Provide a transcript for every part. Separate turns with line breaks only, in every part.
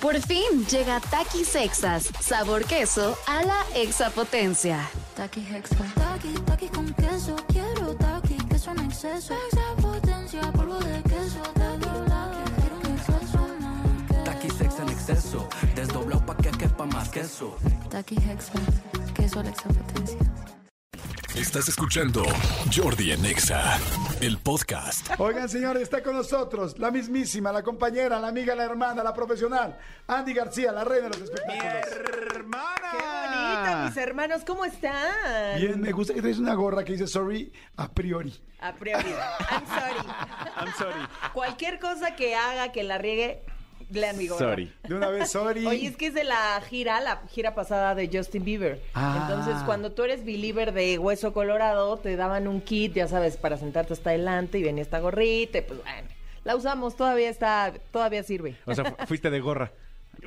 Por fin llega Taqui Sexas, sabor queso a la exapotencia.
Taqui Hexa. Taqui, taqui con queso. Quiero taqui, queso en exceso. Extra potencia, polvo de queso. Taqui, taqui, quiero un exceso más.
Taqui sex en exceso, desdoblado pa' que quepa más queso.
Taqui Hexa. Queso a la extra potencia.
Estás escuchando Jordi en Exa, el podcast.
Oigan, señores, está con nosotros la mismísima, la compañera, la amiga, la hermana, la profesional, Andy García, la reina de los espectáculos.
¡Qué bonito, mis hermanos! ¿Cómo están?
Bien, me gusta que traes una gorra que dice sorry a priori.
A priori. I'm sorry.
I'm sorry.
Cualquier cosa que haga que la riegue, lean mi gorra.
Sorry.
De una vez, sorry.
Oye, es que es de la gira, la gira pasada de Justin Bieber.
Ah.
Entonces, cuando tú eres believer de Hueso Colorado, te daban un kit, ya sabes, para sentarte hasta adelante y venía esta gorrita, y pues bueno. La usamos, todavía está, todavía sirve.
O sea, fu- fuiste de gorra.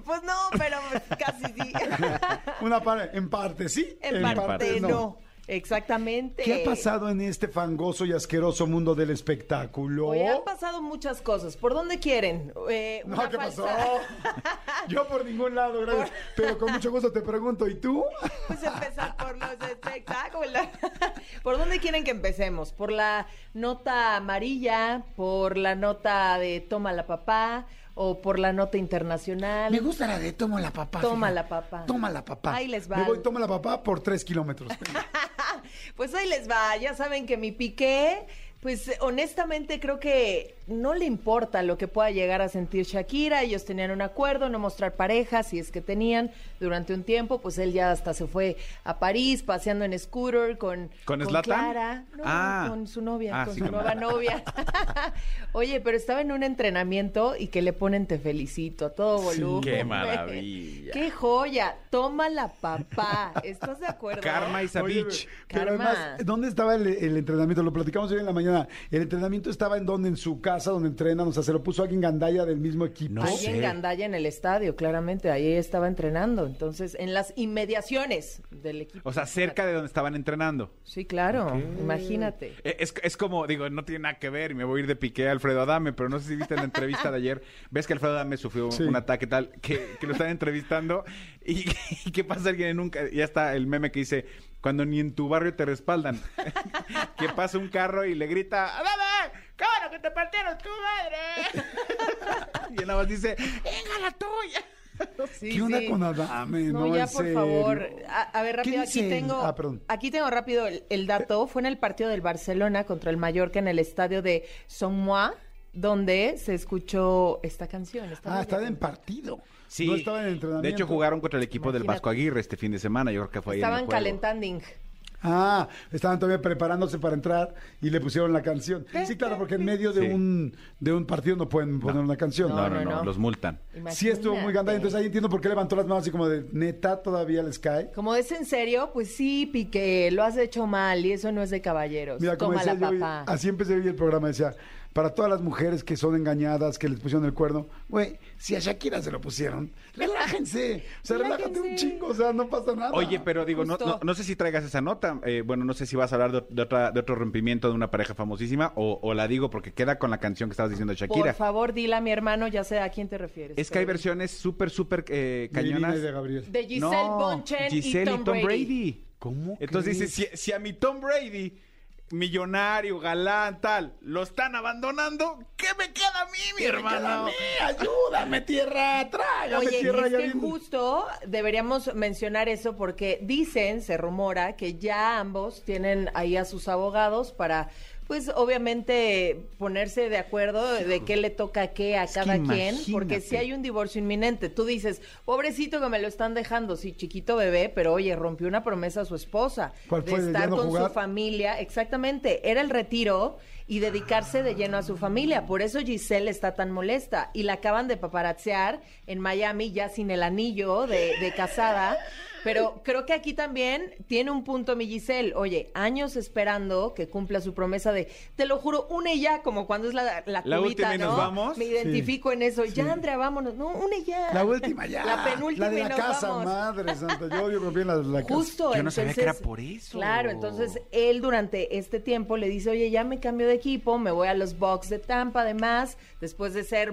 Pues no, pero pues, casi sí.
Una par- en parte sí,
en parte
partes
no. Exactamente.
¿Qué ha pasado en este fangoso y asqueroso mundo del espectáculo?
Oye, han pasado muchas cosas. ¿Por dónde quieren? Eh,
No,
una
¿qué pasó?
falsa-
Yo por ningún lado, gracias. Pero con mucho gusto te pregunto, ¿y tú?
Pues empezar por los espectáculos. ¿Por dónde quieren que empecemos? ¿Por la nota amarilla? ¿Por la nota de Toma la papá? ¿O por la nota internacional?
Me gusta la de toma la papá.
Toma
fíjate.
la papá.
Toma la papá.
Ahí les va.
Me voy toma la papá por tres kilómetros.
Pues ahí les va, ya saben que mi piqué, pues honestamente creo que no le importa lo que pueda llegar a sentir Shakira, ellos tenían un acuerdo, no mostrar parejas, si es que tenían durante un tiempo, pues él ya hasta se fue a París paseando en scooter con,
¿Con Zlatan?
Clara, no,
Ah.
con su novia,
Ah,
con
sí,
su
con-
nueva novia. Oye, pero estaba en un entrenamiento y que le ponen te felicito a todo
Sí.
volumen.
Qué maravilla.
Qué joya, toma la papá. ¿Estás de acuerdo?
Karma is a
Oye,
bitch.
Pero
Karma.
además, ¿dónde estaba el, el entrenamiento? Lo platicamos hoy en la mañana. ¿El entrenamiento estaba en dónde? ¿En su casa donde entrenan? O sea, ¿se lo puso alguien gandalla del mismo equipo?
No
ahí
sé.
en Gandaya, en el estadio, claramente, ahí estaba entrenando. Entonces, en las inmediaciones del equipo.
O sea, cerca de donde estaban entrenando.
Sí, claro, imagínate.
Eh, Es, es como, digo, no tiene nada que ver y me voy a ir de piqué a Alfredo Adame, pero no sé si viste la entrevista de ayer. Ves que Alfredo Adame sufrió
Sí.
un ataque tal, que, que lo están entrevistando y, y que pasa alguien en un... ca- Ya está el meme que dice, cuando ni en tu barrio te respaldan. que pasa un carro y le grita, ¡Adame! ¡Qué bueno que te partieron tu madre! y él nada más dice, ¡Venga la tuya!
Sí,
¿Qué onda
sí.
con Adame?
No, ya,
en
por
serio.
favor. A, a ver,
¿Qué
rápido, aquí
dicen?
tengo,
Ah, perdón.
aquí tengo rápido el, el dato. Fue en el partido del Barcelona contra el Mallorca en el estadio de Sommois, donde se escuchó esta canción. esta
Ah,
bella
estaba en
canción.
partido. No estaba en entrenamiento.
De hecho, jugaron contra el equipo del
Imagínate.
Vasco Aguirre este fin de semana. Yo creo que fue ahí en el
Estaban
juego.
calentando.
Ah, estaban todavía preparándose para entrar y le pusieron la canción. Sí, claro, porque en medio de,
Sí.
un, de un partido no pueden poner una canción.
No, no, no,
No, no, no.
los multan.
Sí estuvo muy gandalla, entonces ahí entiendo por qué levantó las manos así como de neta todavía les cae.
Como es en serio, pues sí, Piqué, lo has hecho mal y eso no es de caballeros.
Mira, como
Toma la
decía yo,
papá.
así empecé hoy el programa, decía, para todas las mujeres que son engañadas, que les pusieron el cuerno, güey, si a Shakira se lo pusieron, relájense, o sea, relájate un
Relájense.
chingo, o sea, no pasa nada.
Oye, pero digo, no,
Justo.
no, no sé si traigas esa nota. eh, bueno, no sé si vas a hablar de, de otra- de otro rompimiento de una pareja famosísima o, o la digo porque queda con la canción que estabas diciendo de Shakira.
Por favor, dile a mi hermano, ya sé a quién te refieres.
Es que hay versiones súper, súper eh,
De Irina
cañonas.
y de Gabriel.
De Giselle
No,
Bonchen
Giselle
y Tom, Brady.
¿Cómo
Entonces dice,
crees?
si, si a mi Tom Brady, millonario, galán, tal, lo están abandonando, ¿qué me queda a mí, mi hermano?
ayúdame, tierra, trágame,
Oye,
tierra.
es
ya
que
viene.
justo deberíamos mencionar eso porque dicen, se rumora, que ya ambos tienen ahí a sus abogados para, pues obviamente, ponerse de acuerdo de qué le toca a qué a
que
cada quien, porque
imagínate.
si hay un divorcio inminente, tú dices, pobrecito que me lo están dejando, sí, chiquito bebé, pero oye, rompió una promesa a su esposa
¿Cuál fue?
de
¿De ya
estar
no
con
jugar?
su familia, exactamente, era el retiro y dedicarse de lleno a su familia, por eso Giselle está tan molesta y la acaban de paparazziar en Miami ya sin el anillo de, de casada, pero creo que aquí también tiene un punto mi Giselle, oye, años esperando que cumpla su promesa de, te lo juro, una y ya, como cuando es la, la,
La
cubita,
última y nos
¿no?
vamos.
Me identifico en eso, ya Andrea, vámonos, no, una y ya.
La última ya.
La penúltima
La de
y
la
nos
casa,
vamos.
madre santa. Yo odio bien la, la casa.
Justo,
Yo no sabía que
entonces,
era por eso.
Claro, entonces él durante este tiempo le dice, oye, ya me cambio de de equipo, me voy a los Bucks de Tampa, además, después de ser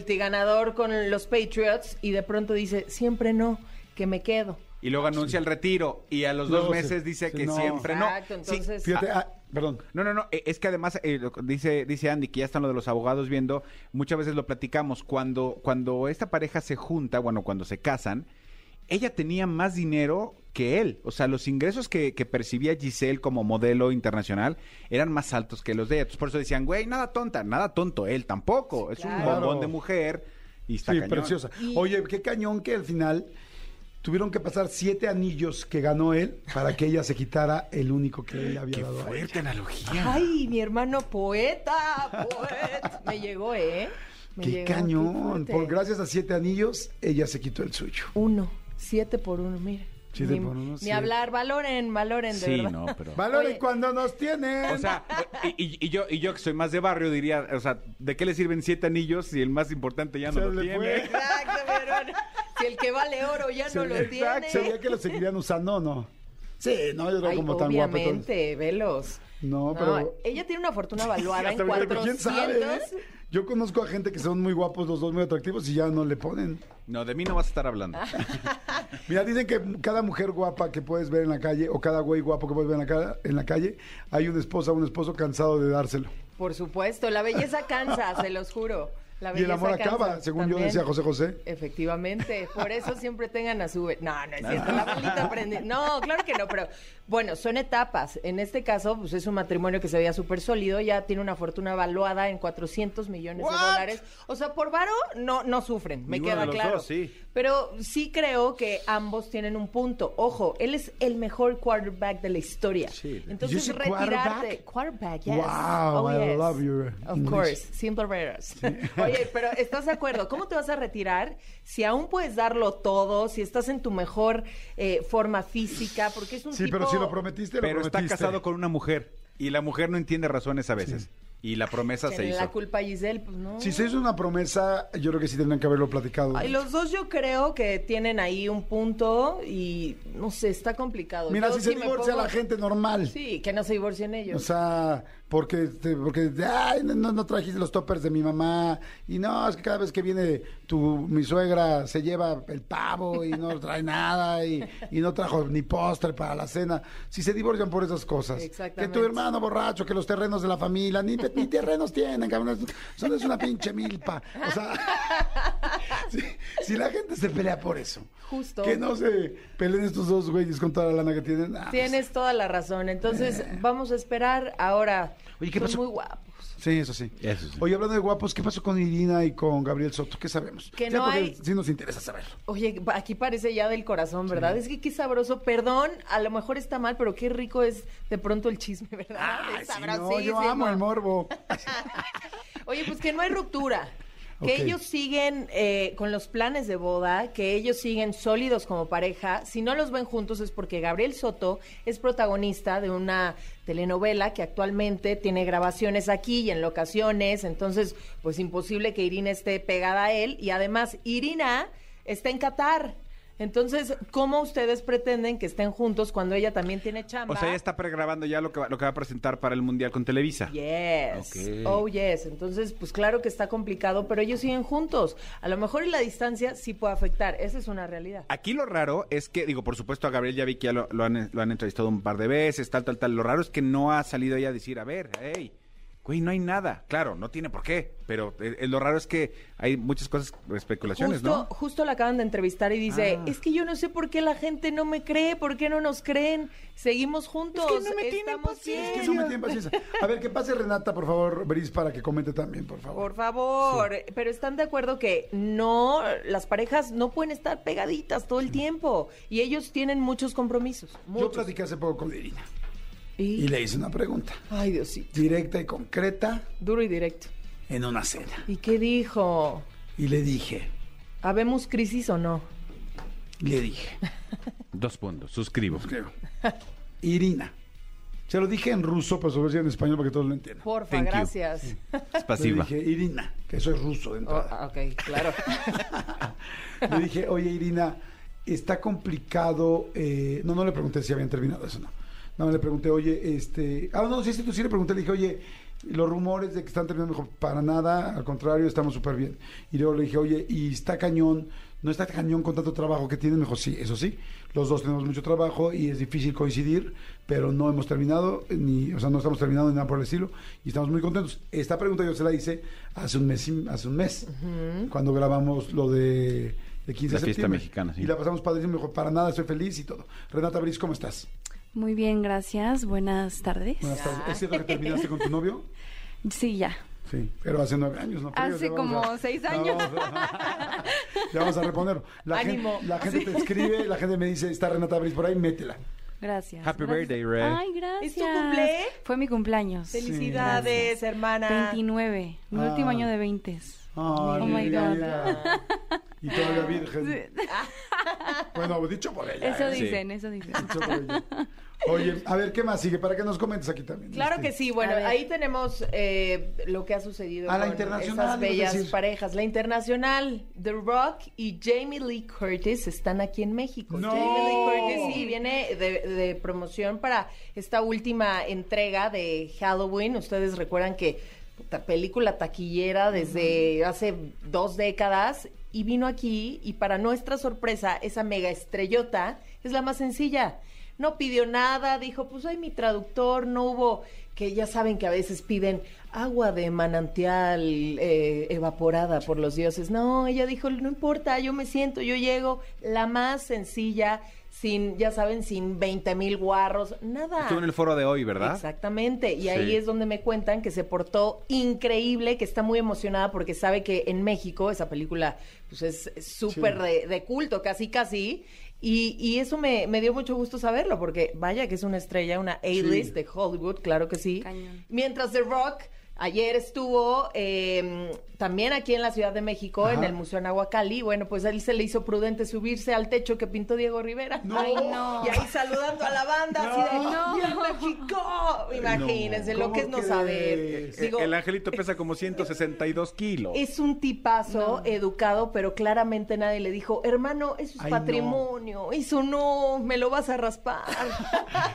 multiganador con los Patriots, y de pronto dice, siempre no, que me quedo.
Y
Ah,
luego anuncia el retiro y a los dos
Luego se-
meses dice
se-
que
no.
siempre no.
Exacto,
Sí,
entonces-
Fíjate, ah, perdón.
No, no, no. eh, Es que además eh, lo- dice, dice Andy que ya están lo de los abogados viendo. Muchas veces lo platicamos. Cuando, cuando esta pareja se junta, bueno, cuando se casan, ella tenía más dinero que él. O sea, los ingresos que, que percibía Giselle como modelo internacional eran más altos que los de ella. Entonces, por eso decían, güey, nada tonta, nada tonto. Él tampoco. es un
claro.
bombón de mujer y está
Sí,
cañón.
preciosa.
Y-
Oye, qué cañón que al final tuvieron que pasar siete anillos que ganó él para que ella se quitara el único que él había
Qué
dado. a ella.
fuerte analogía.
Ay, mi hermano poeta, poeta. Me llegó, ¿eh? Me
Qué
llegó,
cañón.
fuerte.
Por gracias a siete anillos, ella se quitó el suyo.
Uno, siete por uno, mira.
Siete
ni,
por uno,
ni
siete.
hablar, valoren, valoren, de
Sí,
verdad.
no, pero.
Valores
Oye.
cuando nos tienen.
O sea, y, y- y yo, y yo que soy más de barrio diría, o sea, ¿de qué le sirven siete anillos si el más importante ya
Se
no lo
le
tiene?
fue.
Exacto, pero si el que vale oro ya no
Se-
lo
exacto.
tiene.
¿Sería que lo seguirían usando o no? Sí, no, yo creo
Ay,
como tan guapo. entonces.
obviamente, velos.
No, pero-
Ella tiene una fortuna valuada
Hasta
en
ahorita, pero
400.
¿quién sabe, eh? Yo conozco a gente que son muy guapos los dos, muy atractivos y ya no le ponen.
No, de mí no vas a estar hablando.
Ah. Mira, dicen que cada mujer guapa que puedes ver en la calle o cada güey guapo que puedes ver en la, ca- en la calle, hay una esposa o un esposo cansado de dárselo.
Por supuesto, la belleza cansa, se los juro. La
Y el
belleza
amor
cansa
acaba, según yo
también.
decía José José.
Efectivamente, por eso siempre tengan a su... be- No, no es cierto, la bolita prende. No, claro que no, pero bueno, son etapas. En este caso, pues es un matrimonio que se veía súper sólido, ya tiene una fortuna valuada en 400 millones de dólares. O sea, por varo no, no sufren, me
Ninguno
queda
de los
claro.
dos, sí.
Pero sí creo que ambos tienen un punto. Ojo, él es el mejor quarterback de la historia.
Sí.
Entonces,
¿You say
retirarte... Quarterback, yes.
Wow,
Oh,
I
yes.
love your
Of
English.
course. Simple Raiders. Oye, pero ¿estás de acuerdo? ¿Cómo te vas a retirar si aún puedes darlo todo, si estás en tu mejor eh, forma física? Porque es un
Sí,
tipo...
pero si lo prometiste, lo
Pero está
prometiste.
casado con una mujer y la mujer no entiende razones a veces. Y la promesa se
Échenle La
hizo.
culpa a Giselle, pues no.
Si se hizo una promesa, yo creo que sí tendrían que haberlo platicado.
Ay, los dos yo creo que tienen ahí un punto y no sé, está complicado.
Mira,
Yo
si se
sí me
divorcia
pongo-
la gente normal.
Sí, que no se divorcien
O
ellos.
sea, porque, te- porque ay, no, no trajiste los toppers de mi mamá. Y no, es que cada vez que viene tu, mi suegra se lleva el pavo y no trae nada y, y no trajo ni postre para la cena. Si se divorcian por esas cosas. Que
Exactamente.
tu hermano borracho, que los terrenos de la familia, ni, ni terrenos tienen, cabrón. Solo es una pinche milpa. O sea, si, si la gente se pelea por eso.
Justo.
Que no se peleen estos dos güeyes con toda la lana que tienen. Ah,
Tienes toda la razón. Entonces, vamos a esperar ahora.
Oye, ¿qué
Son
pasó?
muy guapos.
Sí, eso sí.
Eso sí.
Oye, hablando de guapos, ¿qué pasó con Irina y con Gabriel Soto? ¿Qué sabemos?
Que
Ya
no
porque
hay-
Sí nos interesa saber.
Oye, aquí parece ya del corazón, ¿verdad? Es que qué sabroso. Perdón, a lo mejor está mal, pero qué rico es de pronto el chisme, ¿verdad?
Ay,
Es
Ah, sí, no, yo
sabrosísimo.
amo el morbo.
Oye, pues que no hay ruptura. Que
Ok.
ellos siguen eh, con los planes de boda, que ellos siguen sólidos como pareja. Si no los ven juntos es porque Gabriel Soto es protagonista de una telenovela que actualmente tiene grabaciones aquí y en locaciones. Entonces, pues imposible que Irina esté pegada a él. Y además, Irina está en Qatar. Entonces, ¿cómo ustedes pretenden que estén juntos cuando ella también tiene chamba?
O sea, ella está pregrabando ya lo que, va, lo que va a presentar para el Mundial con Televisa.
Yes.
Ok.
Oh, yes. Entonces, pues claro que está complicado, pero ellos siguen juntos. A lo mejor en la distancia sí puede afectar. Esa es una realidad.
Aquí lo raro es que, digo, por supuesto, a Gabriel ya vi que ya lo, lo han, lo han entrevistado un par de veces, tal, tal, tal. Lo raro es que no ha salido ella a decir, a ver, hey, güey, no hay nada. Claro, no tiene por qué, pero eh, eh, lo raro es que hay muchas cosas, pues, especulaciones,
Justo,
¿no?
justo la acaban de entrevistar y dice,
Ah.
es que yo no sé por qué la gente no me cree, por qué no nos creen, seguimos juntos.
Es que no me tienen
estamos
paciencia.
Es que
bien".
no me tienen paciencia. A ver, que pase Renata, por favor, Bris, para que comente también, por
Por
favor.
favor, pero están de acuerdo que no, las parejas no pueden estar pegaditas todo el tiempo y ellos tienen muchos compromisos.
Yo
Muchos.
platiqué hace poco con Irina
Y-
y le hice una pregunta
Ay, Diosito.
directa y concreta
Duro y directo.
en una cena.
¿Y qué dijo?
Y le dije,
¿Habemos crisis o no?
le dije,
Dos puntos, suscribo.
creo, Irina. Se lo dije en ruso, pero sobre en español para que todos lo entiendan.
Porfa,
Thank you.
gracias.
Es
Le
pasiva.
dije, Irina, que eso es ruso de entrada.
Oh, ok, claro.
Le dije, oye Irina, está complicado. eh, No, no le pregunté si habían terminado eso, no. No, le pregunté, oye, este. Ah, no, sí, sí, tú sí le pregunté, le dije, oye, Y los rumores de que están terminando, me dijo, para nada, al contrario, estamos súper bien. Y luego le dije, oye, y está cañón, no está cañón con tanto trabajo que tienes. Me dijo, sí, eso sí, los dos tenemos mucho trabajo y es difícil coincidir, pero no hemos terminado, eh, ni, o sea, no estamos terminando ni nada por el estilo, y estamos muy contentos. Esta pregunta yo se la hice hace un mes, y- hace un mes, cuando grabamos lo de, de 15
La
de
fiesta
septiembre.
mexicana, sí.
Y la pasamos padrísimo, me dijo, para nada, estoy feliz y todo. Renata Briz, ¿cómo estás?
Muy bien, gracias. Buenas tardes.
Buenas tardes. ¿Es cierto que terminaste con tu novio?
Sí, ya.
Sí, pero hace nueve años, ¿no? creo,
Hace
ya vamos
como seis años.
Ya vamos a, ya vamos a reponer. La
Ánimo.
gente, la gente te escribe, la gente me dice, está Renata Briz por ahí, métela.
Gracias.
Happy
Gracias.
birthday, Ray.
Ay,
¿Es
gracias.
tu cumple?
Fue mi cumpleaños.
Felicidades, hermana.
29. Mi
Ah.
último año de 20.
Ay,
Oh my
mira.
God.
Y todavía virgen. Bueno, dicho por ella.
Eso
¿eh?
dicen, eso dicen.
Dicho por ella. Oye, a ver, ¿qué más sigue? Para que nos comentes aquí también.
Claro
Este,
que sí, bueno,
A ver.
ahí tenemos eh, lo que ha sucedido
Ah, la
con
internacional,
esas
ibas a
bellas
decir.
parejas. La internacional, The Rock y Jamie Lee Curtis están aquí en México.
¡No!
Jamie Lee Curtis sí viene de, de promoción para esta última entrega de Halloween. Ustedes recuerdan que puta, película taquillera desde hace dos décadas y vino aquí y para nuestra sorpresa esa mega estrellota es la más sencilla no pidió nada, dijo, pues soy mi traductor, no hubo, que ya saben que a veces piden agua de manantial eh, evaporada por los dioses. No, ella dijo, no importa, yo me siento, yo llego, la más sencilla, sin, ya saben, sin 20 mil guarros, nada.
Estuvo en el foro de hoy, ¿verdad?
Exactamente, y
Sí.
ahí es donde me cuentan que se portó increíble, que está muy emocionada porque sabe que en México esa película pues es súper de, de culto, casi casi, y, y eso me, me dio mucho gusto saberlo porque vaya que es una estrella, una A-list
Sí.
de Hollywood, claro que sí.
Cañón.
Mientras The Rock ayer estuvo eh, también aquí en la Ciudad de México, en
Ajá.
el Museo Nahuacali, bueno, pues a él se le hizo prudente subirse al techo que pintó Diego Rivera.
No.
Ay, no.
Y ahí saludando a la banda, así de
No.
"Viva México! Imagínense lo
¿Cómo
que es no
crees?
saber.
Eh, el angelito pesa como 162 kilos.
es un tipazo educado, pero claramente nadie le dijo, hermano, eso es
Ay, no.
patrimonio, eso no, me lo vas a raspar.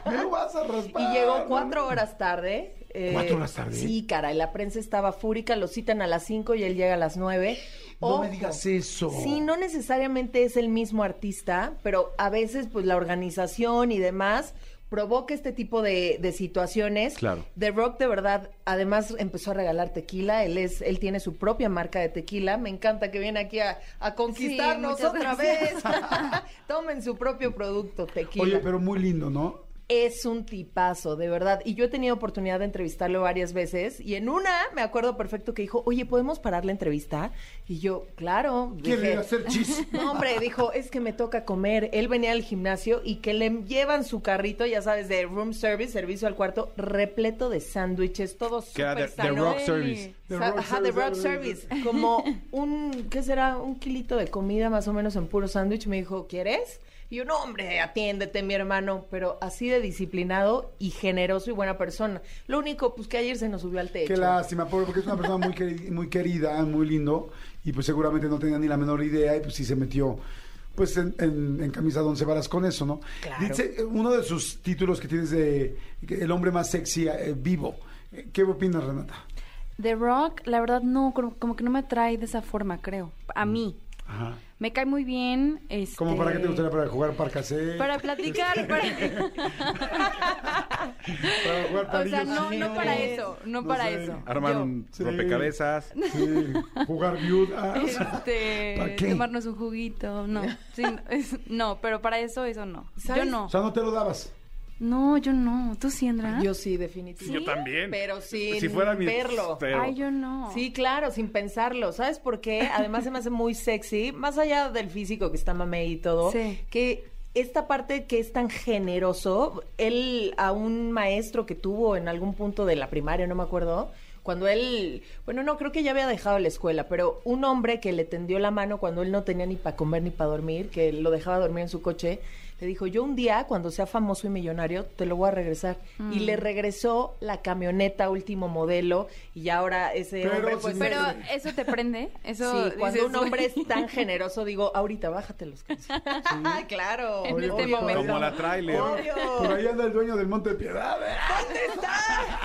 Me lo vas a raspar.
y llegó cuatro horas tarde. eh,
¿Cuatro horas tarde?
Sí, cara, y la prensa estaba fúrica, lo citan a las cinco y él llega a las nueve.
No me
Ojo.
digas eso.
Sí, no necesariamente es el mismo artista, pero a veces pues la organización y demás provoca este tipo de, de situaciones.
Claro.
The Rock de verdad, además empezó a regalar tequila, él es, él tiene su propia marca de tequila, me encanta que viene aquí a, a conquistarnos
muchas
otra vez.
gracias.
Tomen su propio producto, tequila.
Oye, pero muy lindo, ¿no?
Es un tipazo, de verdad. Y yo he tenido oportunidad de entrevistarlo varias veces. Y en una me acuerdo perfecto que dijo, oye, ¿podemos parar la entrevista? Y yo, claro.
Quiere
dije,
hacer chis.
no, hombre, dijo, es que me toca comer. Él venía al gimnasio y que le llevan su carrito, ya sabes, de room service, servicio al cuarto, repleto de sándwiches, todo
Que era
súper
de,
sano.
Rock Service.
The
Sa-
Rock
Ajá, de
Service,
rock
ah,
service. Como un, ¿qué será? Un kilito de comida más o menos en puro sándwich. Me dijo, ¿quieres? Y yo, no, hombre, atiéndete, mi hermano. Pero así de disciplinado y generoso y buena persona. Lo único, pues que ayer se nos subió al techo.
Qué lástima, pobre, porque es una persona muy, queri- muy querida, muy lindo, y pues seguramente no tenía ni la menor idea, y pues sí se metió pues en, en- en camisa de once varas con eso, ¿no?
Claro.
Dice, eh, uno de sus títulos que tienes de que El hombre más sexy eh, vivo. Eh, ¿Qué opinas, Renata?
The Rock, la verdad, no, como, como que no me atrae de esa forma, creo.
Mm.
A mí.
Ajá.
Me cae muy bien. Este...
¿Cómo para qué te gustaría para jugar parcasé?
Para platicar, para...
para jugar
o sea,
palillos
no, no
chinos.
para eso, no,
No
para
sé.
eso.
Armar
Yo,
un
Sí.
rompecabezas.
Sí, jugar viuda. ¿Para
Este,
qué?
tomarnos un juguito, no, sí, no, es- no, pero para eso, eso no.
¿Sabes?
Yo no.
O sea, no te lo dabas.
No, yo no. ¿Tú sí, Andra?
Yo sí, definitivamente.
Yo también.
Pero sin
Si fuera mi
verlo.
pero-
Ay, yo no.
Sí, claro, sin pensarlo. ¿Sabes por qué? Además se me hace muy sexy, más allá del físico que está mamey y todo,
Sí.
que esta parte que es tan generoso, él a un maestro que tuvo en algún punto de la primaria, no me acuerdo, cuando él, bueno, no, creo que ya había dejado la escuela, pero un hombre que le tendió la mano cuando él no tenía ni para comer ni para dormir, que lo dejaba dormir en su coche, le dijo, yo un día, cuando sea famoso y millonario, te lo voy a regresar.
Mm.
Y le regresó la camioneta último modelo y ahora ese
Pero
hombre pues...
sin
Pero
Sí.
eso te prende. Eso
Sí, cuando
dices,
un hombre
"Uy".
es tan generoso, digo, ahorita bájate los calzones. claro.
En este
obvio.
momento.
Como la trailer.
Obvio.
Por ahí anda el dueño del Monte de Piedad. ¿eh?
¿Dónde está?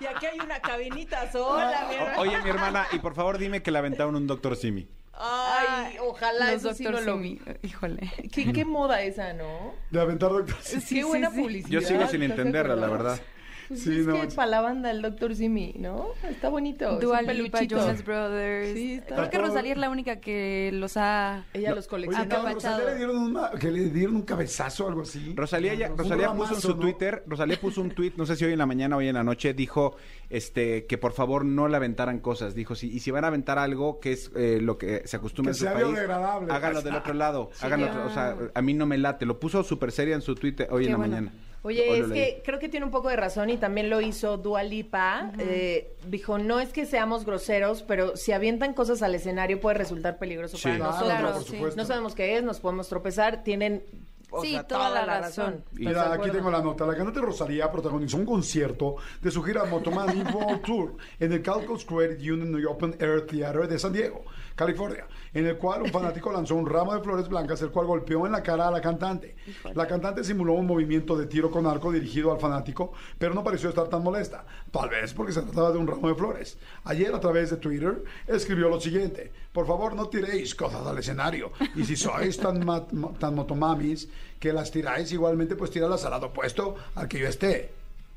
Y aquí hay una cabinita
Ah,
sola, mi hermano.
O- oye, mi hermana, y por favor dime que la aventaron un doctor Simi.
Ay, ojalá
Los
eso sí no
Dr.
lo
Simi. Híjole.
¿Qué, qué moda esa, ¿no?
De aventar doctor. Sí,
Sí,
qué buena
sí, sí.
publicidad.
Yo sigo
¿estás
sin
de
entenderla, la
acuerdo?
verdad.
Pues
Sí,
es
no
que
manches.
para la banda el Dr. Simi, ¿no? Está bonito. es
Dua
un
Lipa,
peluchito.
Jonas Brothers.
Sí, está-
Creo que Rosalía es la única que los ha...
Ella los colecciona.
Oye, no, Rosalía le dieron, una- que le dieron un cabezazo o algo así.
Rosalía, ya-
Un
Rosalía puso en
ramazo,
su
¿no?
Twitter, Rosalía puso un tweet, no sé si hoy en la mañana o hoy en la noche, dijo este que por favor no le aventaran cosas. Dijo, si, y si van a aventar algo que es eh, lo que se acostumbra
Que
en su
sea
país,
biodegradable.
háganlo del otro lado. háganlo,
ya.
o sea, a mí no me late. Lo puso súper seria en su Twitter hoy
Qué
en la
bueno.
mañana. Hoy
Oye,
lo
es
leí.
que creo que tiene un poco de razón y también lo hizo Dua Lipa. Eh, dijo, no es que seamos groseros, pero si avientan cosas al escenario puede resultar peligroso
Sí.
para
Claro,
nosotros.
claro, por
supuesto.
No sabemos qué es, nos podemos tropezar, tienen o
Sí,
sea,
toda la razón.
¿Estás
Y-
de
Mira, aquí
acuerdo?
tengo la nota. La cantante Rosalía protagonizó un concierto de su gira Motomami World Tour en el Calco Square Union Open Air Theater de San Diego, California, en el cual un fanático lanzó un ramo de flores blancas, el cual golpeó en la cara a la cantante. La cantante simuló un movimiento de tiro con arco dirigido al fanático, pero no pareció estar tan molesta, tal vez porque se trataba de un ramo de flores. Ayer, a través de Twitter, escribió lo siguiente: Por favor, no tiréis cosas al escenario, y si sois tan, mat- mo- tan motomamis que las tiráis, igualmente, pues tíralas al lado opuesto al que yo esté.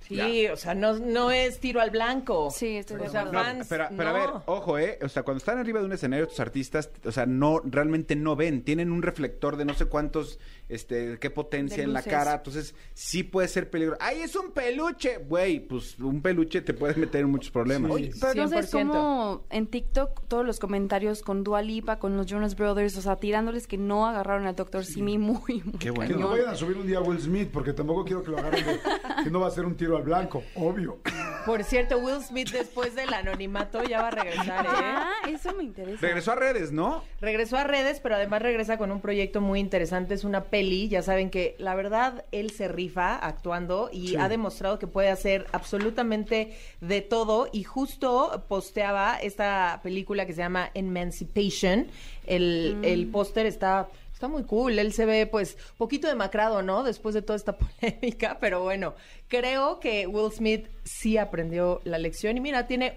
Sí, o sea, no, no es tiro al blanco.
Sí, estoy de
O sea,
acuerdo.
No,
fans,
pero, pero a
no.
ver, ojo, ¿eh? O sea, cuando están arriba de un escenario, estos artistas, o sea, no, realmente no ven. Tienen un reflector de no sé cuántos, este, qué potencia
De
en la
luces.
cara. Entonces, sí puede ser peligroso. ¡Ay, es un peluche! Güey, pues un peluche te puede meter en muchos problemas.
Oye,
Pero no sabes
100%.
cómo en TikTok todos los comentarios con Dua Lipa, con los Jonas Brothers, o sea, tirándoles que no agarraron al Dr. Simi muy, muy
Qué bueno.
Que no
cañón.
vayan a subir un día a Will Smith, porque tampoco quiero que lo agarren de- que no va a ser un tiro al blanco, obvio.
Por cierto, Will Smith después del anonimato ya va a regresar, ¿eh?
Ah, eso me interesa.
Regresó a redes, ¿no?
Regresó a redes, pero además regresa con un proyecto muy interesante. Es una peli. Ya saben que la verdad él se rifa actuando y ha demostrado que puede hacer absolutamente de todo. Y justo posteaba esta película que se llama Emancipation. El, el póster está. Está muy cool, él se ve pues poquito demacrado, ¿no? Después de toda esta polémica, pero bueno, creo que Will Smith sí aprendió la lección y mira, tiene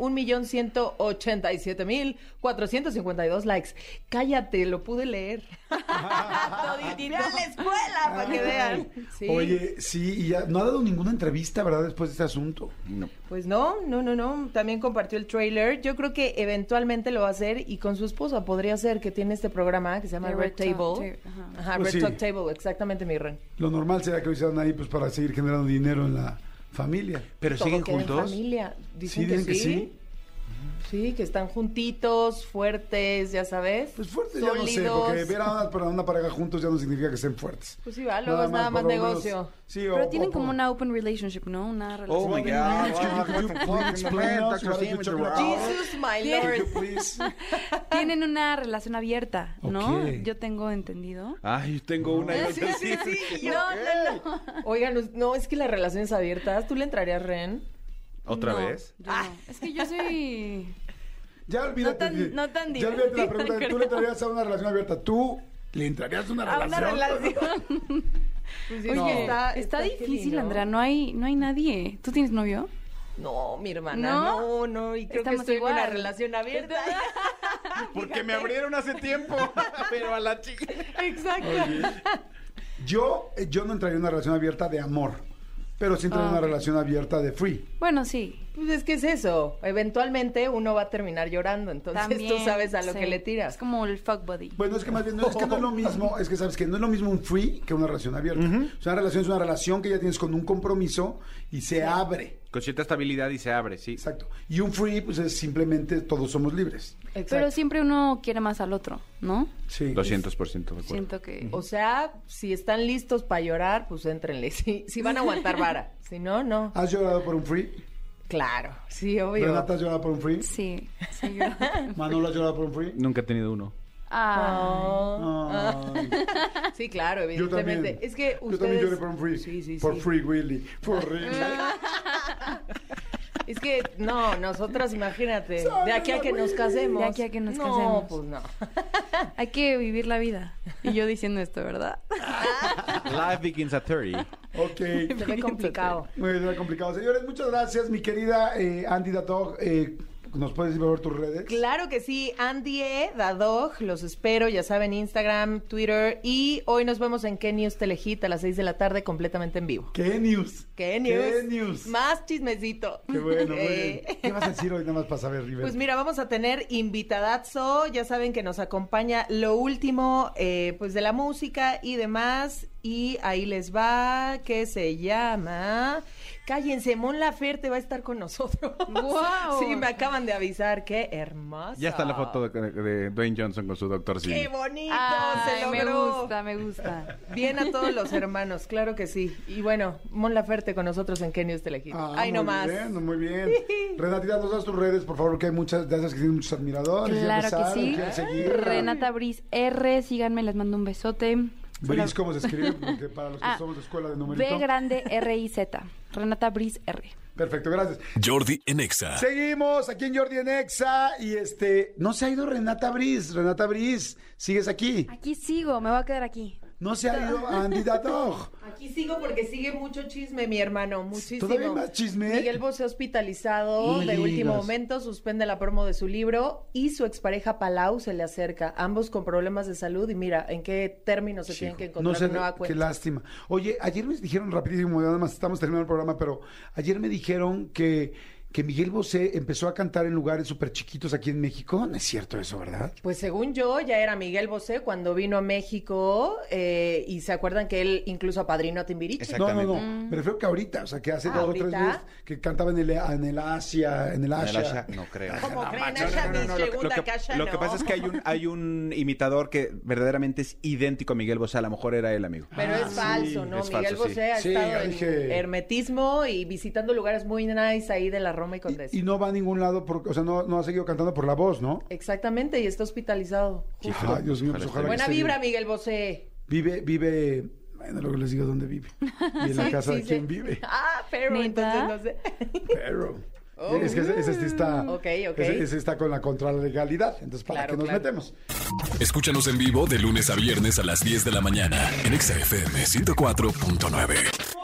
1.187.452 likes. Cállate, lo pude leer. Toditito a la escuela para que vean. Sí.
Oye, sí, y ya no ha dado ninguna entrevista, ¿verdad? Después de este asunto.
Pues no, no, no, no. También compartió el trailer. Yo creo que eventualmente lo va a hacer y con su esposa podría ser que tiene este programa que se llama
The
Red,
Red Talk
Table.
Ta- ajá.
Ajá,
Pues
Red
sí.
Talk Table, exactamente mi ren.
Lo normal será que lo hicieran ahí pues para seguir generando dinero en la familia.
Pero
Todo
siguen
queda en
juntos.
familia. Dicen
Sí,
que
dicen que
sí.
sí.
Sí, que están juntitos, fuertes, ya sabes.
Pues fuertes ya no sé, porque ver a una, pero a una pareja juntos ya no significa que estén fuertes.
Pues sí, va, luego es nada más
por lo menos-
negocio.
sí, o-
Pero
o
tienen como
por-
una open relationship, ¿no? Una
Oh,
relación.
my God.
Could you please explain us what is the chocolate hour?
Jesus, my lord.
Could you please?
Tienen una relación abierta, ¿no?
Ok.
Yo tengo entendido.
Ay, tengo una. y otra, sí.
No, no, no. Oigan, us- no, es que las relaciones abiertas, ¿tú le entrarías, Ren?
¿Otra
No,
vez?
yo
Ah.
no. Es que yo soy...
Ya olvídate.
tan-
de-
no tan
Ya olvídate la
divertida,
pregunta. de, ¿Tú
creo.
le entrarías a una relación abierta? ¿Tú le entrarías a una
A una
relación?
relación.
Oye,
Pues No. está-
está, está
está heavy,
difícil,
¿no?
Andrea. No hay, no hay nadie. ¿Tú tienes novio?
No, mi hermana, no, no,
¿No?
y creo
Estamos
que estoy en una
igual.
relación abierta.
Porque me abrieron hace tiempo. Pero a la chica.
Exacto.
Yo, eh, yo no entraría en una relación abierta de amor, pero sí entraría en
Ah,
una
ok.
relación abierta de free.
Bueno, sí.
Pues es que es eso, eventualmente uno va a terminar llorando, entonces
También,
tú sabes a lo
sí.
que le tiras.
Es como el fuck buddy.
Bueno, es que más bien no es que no es lo mismo, es que sabes que no es lo mismo un free que una relación abierta. O sea, una relación es una relación que ya tienes con un compromiso y se abre.
Con cierta estabilidad y se abre, sí.
Exacto. Y un free, pues es simplemente todos somos libres.
Pero siempre uno quiere más al otro, ¿no?
Sí.
200% de acuerdo.
Siento que...
O sea, si están listos para llorar, pues éntrenle. Si, si van a aguantar vara. Si no, no.
¿Has llorado por un free?
Claro, sí, obvio.
Ah. ¿Renata has llorado por un free?
Sí, sí. yo-
¿Manolo has llorado por un free?
Nunca he tenido uno.
Ah,
Ay.
Sí, claro,
Yo también.
evidentemente. Es que
Yo también
ustedes.
lloré por un free.
Sí, sí,
por
sí.
free Willy. Por Ricky.
Es que, no, nosotras, imagínate, de aquí a que nos casemos.
De aquí a que nos
no,
casemos.
pues no.
Hay que vivir la vida. Y yo diciendo esto, ¿verdad?
Life begins at 30.
Ok.
Se ve complicado.
Muy bien, complicado. Señores, muchas gracias, mi querida eh, Andy Datog. Eh, ¿Nos puedes ver tus redes?
Claro que sí, Andy E, Dadog, los espero, ya saben, Instagram, Twitter, y hoy nos vemos en Qué News Telehit a las 6 de la tarde completamente en vivo.
¿Qué news?
¿Qué News?
¿Qué news?
Más chismecito.
Qué bueno, muy
Eh,
bien. ¿Qué vas a decir hoy nada más para saber, Rivera?
Pues mira, vamos a tener invitadazo, ya saben que nos acompaña lo último, eh, pues de la música y demás, y ahí les va, que se llama... Cállense, Mon Laferte va a estar con nosotros.
¡Guau!
Sí, me acaban de avisar, qué hermoso.
Ya está la foto de, de Dwayne Johnson con su doctor sí.
¡Qué bonito!
Ay,
se
me
logró.
gusta, me gusta.
Bien a todos los hermanos, claro que sí. Y bueno, Mon Laferte con nosotros en Kenios Telejito.
Ah,
Ay, no
muy
más.
bien, muy bien. Renatita, nos das tus redes, por favor, que hay muchas, ya sabes que tienes muchos admiradores. ya
Claro
te
que
saben,
sí.
quieren seguir.
Renata Briz R, síganme, les mando un besote.
Bris, ¿cómo se escribe? Porque para los que
Ah,
somos de escuela de
B
numerito.
grande R I Z. Renata Briz R.
Perfecto, gracias.
Jordi en Exa.
Seguimos aquí en Jordi en Exa y este, no se ha ido Renata Bris. Renata Bris, ¿sigues aquí?
Aquí sigo, me voy a quedar aquí.
No se ha ido Andy Datog.
Aquí sigo porque sigue mucho chisme, mi hermano. Muchísimo.
¿Todavía hay más chisme?
Miguel Bosé hospitalizado
No
de
digas.
último momento, suspende la promo de su libro y su expareja Palau se le acerca. Ambos con problemas de salud y mira en qué términos se tienen que encontrar
No sé,
de nueva cuenta.
qué lástima. Oye, ayer me dijeron rapidísimo, además estamos terminando el programa, pero ayer me dijeron que, que Miguel Bosé empezó a cantar en lugares súper chiquitos aquí en México. No es cierto eso, ¿verdad?
Pues según yo, ya era Miguel Bosé cuando vino a México eh, y se acuerdan que él incluso apadrinó a Timbiriche.
No, no,
Exactamente.
no. Me refiero que ahorita, o sea, que hace
Mm. Ah,
dos o tres
¿ahorita?
meses que cantaba en el, en el Asia, en el Asia.
Asia, no creo.
Como creen,
Ah, No, no,
Asha,
no, no,
mi
no, lo que-
segunda
lo que-
casa,
Lo que
no.
pasa es que hay un, hay un imitador que verdaderamente es idéntico a Miguel Bosé. A lo mejor era él, amigo.
Pero
Ah,
es
sí,
falso, ¿no?
es
Miguel
falso, sí.
Bosé ha
Sí,
estado
yo
en
dije-
hermetismo y visitando lugares muy nice ahí de la Roma y Condesa.
Y, y no va a ningún lado, porque, o sea, no, no ha seguido cantando por la voz, ¿no?
Exactamente, y está hospitalizado.
Sí,
Ah, Dios mío, pues
ojalá
ojalá. que
Buena
esté
vibra,
bien.
Miguel Bosé.
Vive, vive. Bueno, luego les digo dónde vive. Y en la
Sí,
casa
sí,
de quién
sí.
vive.
Ah, pero
¿Neta?
entonces no sé.
Pero. es que ese, ese sí está.
Ok, ok.
Ese, ese está con la contralegalidad. Entonces, ¿para
Claro,
qué nos
claro.
metemos?
Escúchanos en vivo de lunes a viernes a las 10 de la mañana en Exa FM 104.9.